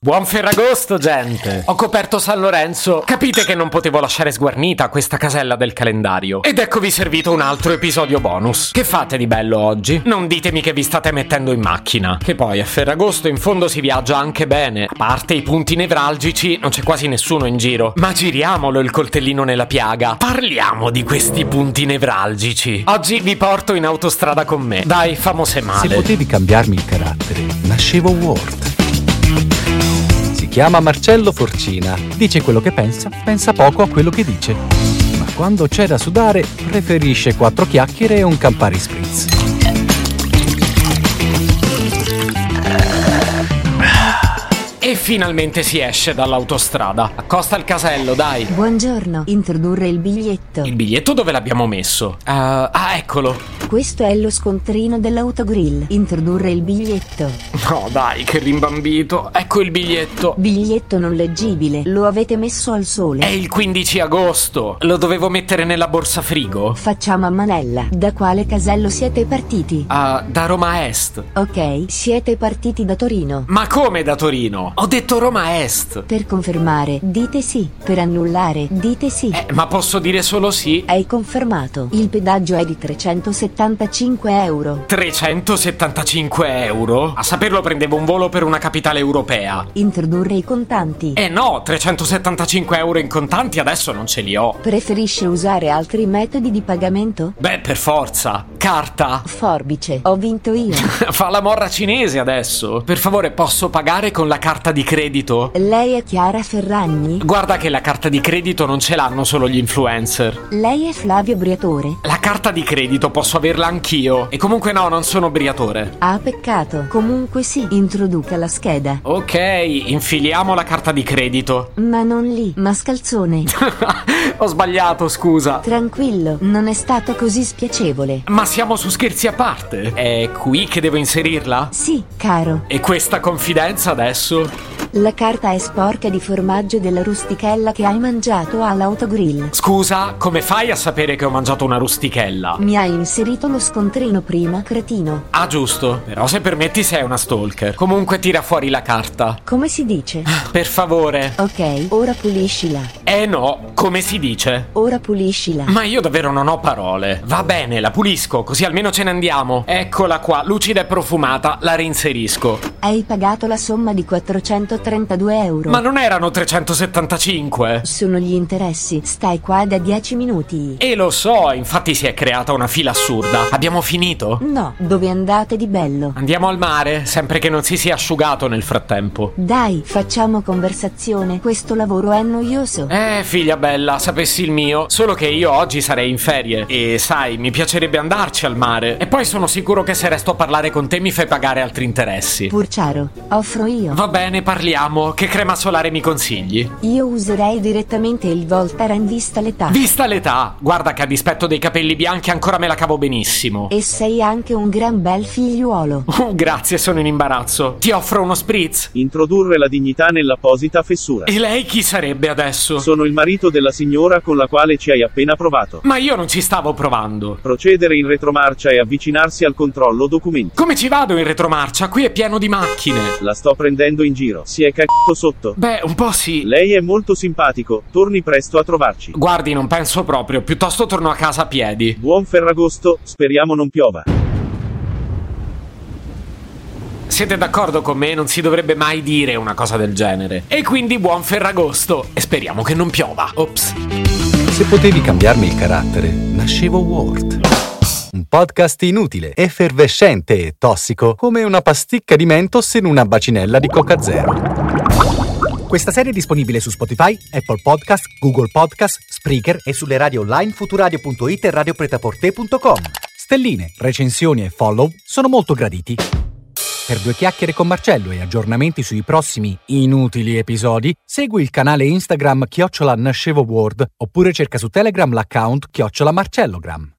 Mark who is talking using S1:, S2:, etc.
S1: Buon Ferragosto, gente! Ho coperto San Lorenzo. Capite che non potevo lasciare sguarnita questa casella del calendario. Ed eccovi servito un altro episodio bonus. Che fate di bello oggi? Non ditemi che vi state mettendo in macchina. Che poi a Ferragosto in fondo si viaggia anche bene. A parte i punti nevralgici, non c'è quasi nessuno in giro. Ma giriamolo il coltellino nella piaga. Parliamo di questi punti nevralgici. Oggi vi porto in autostrada con me. Dai, famose
S2: Se
S1: male.
S2: potevi cambiarmi il carattere, nascevo Ward. Si chiama Marcello Forcina. Dice quello che pensa, pensa poco a quello che dice. Ma quando c'è da sudare, preferisce quattro chiacchiere e un Campari Spritz.
S1: E finalmente si esce dall'autostrada. Accosta il casello, dai.
S3: Buongiorno, introdurre il biglietto.
S1: Il biglietto dove l'abbiamo messo? Eh, ah, eccolo.
S3: Questo è lo scontrino dell'autogrill. Introdurre il biglietto.
S1: No, dai, che rimbambito. Ecco il biglietto.
S3: Biglietto non leggibile, lo avete messo al
S1: È
S3: sole.
S1: il 15 agosto. Lo dovevo mettere nella borsa frigo? Eh,
S3: Facciamo a manella. Da quale casello siete partiti?
S1: Ah, da Roma Est.
S3: Ok, siete partiti da Torino.
S1: Ma come da Torino? Ho detto Roma Est.
S3: Per confermare, dite sì. Per annullare, dite sì.
S1: Eh, ma posso dire solo sì?
S3: Hai confermato. Il pedaggio è di 375 euro.
S1: 375 euro? A saperlo prendevo un volo per una capitale europea.
S3: Introdurre i contanti.
S1: Eh no, 375 euro in contanti adesso non ce li ho.
S3: Preferisce usare altri metodi di pagamento?
S1: Beh, per forza. Carta.
S3: Forbice, ho vinto io.
S1: Fa la morra cinese adesso. Per favore, posso pagare con la carta di credito?
S3: Lei è Chiara Ferragni?
S1: Guarda che la carta di credito non ce l'hanno solo gli influencer.
S3: Lei è Flavio Briatore?
S1: La carta di credito posso averla anch'io. E comunque no, non sono briatore.
S3: Ah, peccato. Comunque sì, introduca la scheda.
S1: Ok, infiliamo la carta di credito.
S3: Ma non lì, mascalzone.
S1: Ho sbagliato, scusa.
S3: Tranquillo, non è stato così spiacevole.
S1: Ma siamo su scherzi a parte. È qui che devo inserirla?
S3: Sì, caro,
S1: E questa confidenza adesso?
S3: la carta è sporca di formaggio della rustichella che hai mangiato all'autogrill.
S1: Scusa, come fai a sapere che ho mangiato una rustichella?
S3: Mi hai inserito lo scontrino prima, cretino.
S1: Ah, giusto. Però se permetti sei una stalker. Comunque tira fuori la carta.
S3: Come si dice?
S1: Per favore.
S3: Ok, ora puliscila.
S1: Eh no, come si dice?
S3: Ora puliscila.
S1: Ma io davvero non ho parole. Va bene, la pulisco, così almeno ce ne andiamo. Eccola qua, lucida e profumata, la reinserisco.
S3: Hai pagato la somma di 432 euro.
S1: Ma non erano 375?
S3: Sono gli interessi. Stai qua da 10 minuti.
S1: E lo so, infatti si è creata una fila assurda. Abbiamo finito?
S3: No, dove andate di bello?
S1: Andiamo al mare, sempre che non si sia asciugato nel frattempo.
S3: Dai, facciamo conversazione. Questo lavoro è noioso.
S1: Eh, figlia bella, sapessi il mio, solo che io oggi sarei in ferie e sai, mi piacerebbe andarci al mare. E poi sono sicuro che se resto a parlare con te mi fai pagare altri interessi.
S3: Purciaro, offro io.
S1: Va bene, parliamo. Che crema solare mi consigli?
S3: Io userei direttamente il Voltaren vista l'età.
S1: Vista l'età, guarda che a dispetto dei capelli bianchi ancora me la cavo benissimo.
S3: E sei anche un gran bel figliuolo.
S1: Oh, grazie, sono in imbarazzo. Ti offro uno spritz.
S4: Introdurre la dignità nell'apposita fessura.
S1: E lei chi sarebbe adesso?
S4: Sono il marito della signora con la quale ci hai appena provato.
S1: Ma io non ci stavo provando.
S4: Procedere in retromarcia e avvicinarsi al controllo documenti.
S1: Come ci vado in retromarcia? Qui è pieno di macchine.
S4: La sto prendendo in giro. Si è cagato sotto.
S1: Beh, un po' sì.
S4: Lei è molto simpatico. Torni presto a trovarci.
S1: Guardi, non penso proprio, piuttosto torno a casa a piedi.
S4: Buon Ferragosto, speriamo non piova.
S1: Siete d'accordo con me? Non si dovrebbe mai dire una cosa del genere. E quindi buon Ferragosto e speriamo che non piova. Ops.
S2: Se potevi cambiarmi il carattere, nascevo Ward. Un podcast inutile, effervescente e tossico, come una pasticca di mentos in una bacinella di Coca Zero. Questa serie è disponibile su Spotify, Apple Podcast, Google Podcast, Spreaker e sulle radio online futuradio.it e radiopretaporte.com. Stelline, recensioni e follow sono molto graditi. Per due chiacchiere con Marcello e aggiornamenti sui prossimi inutili episodi, segui il canale Instagram chiocciola Nascevo World oppure cerca su Telegram l'account chiocciola Marcellogram.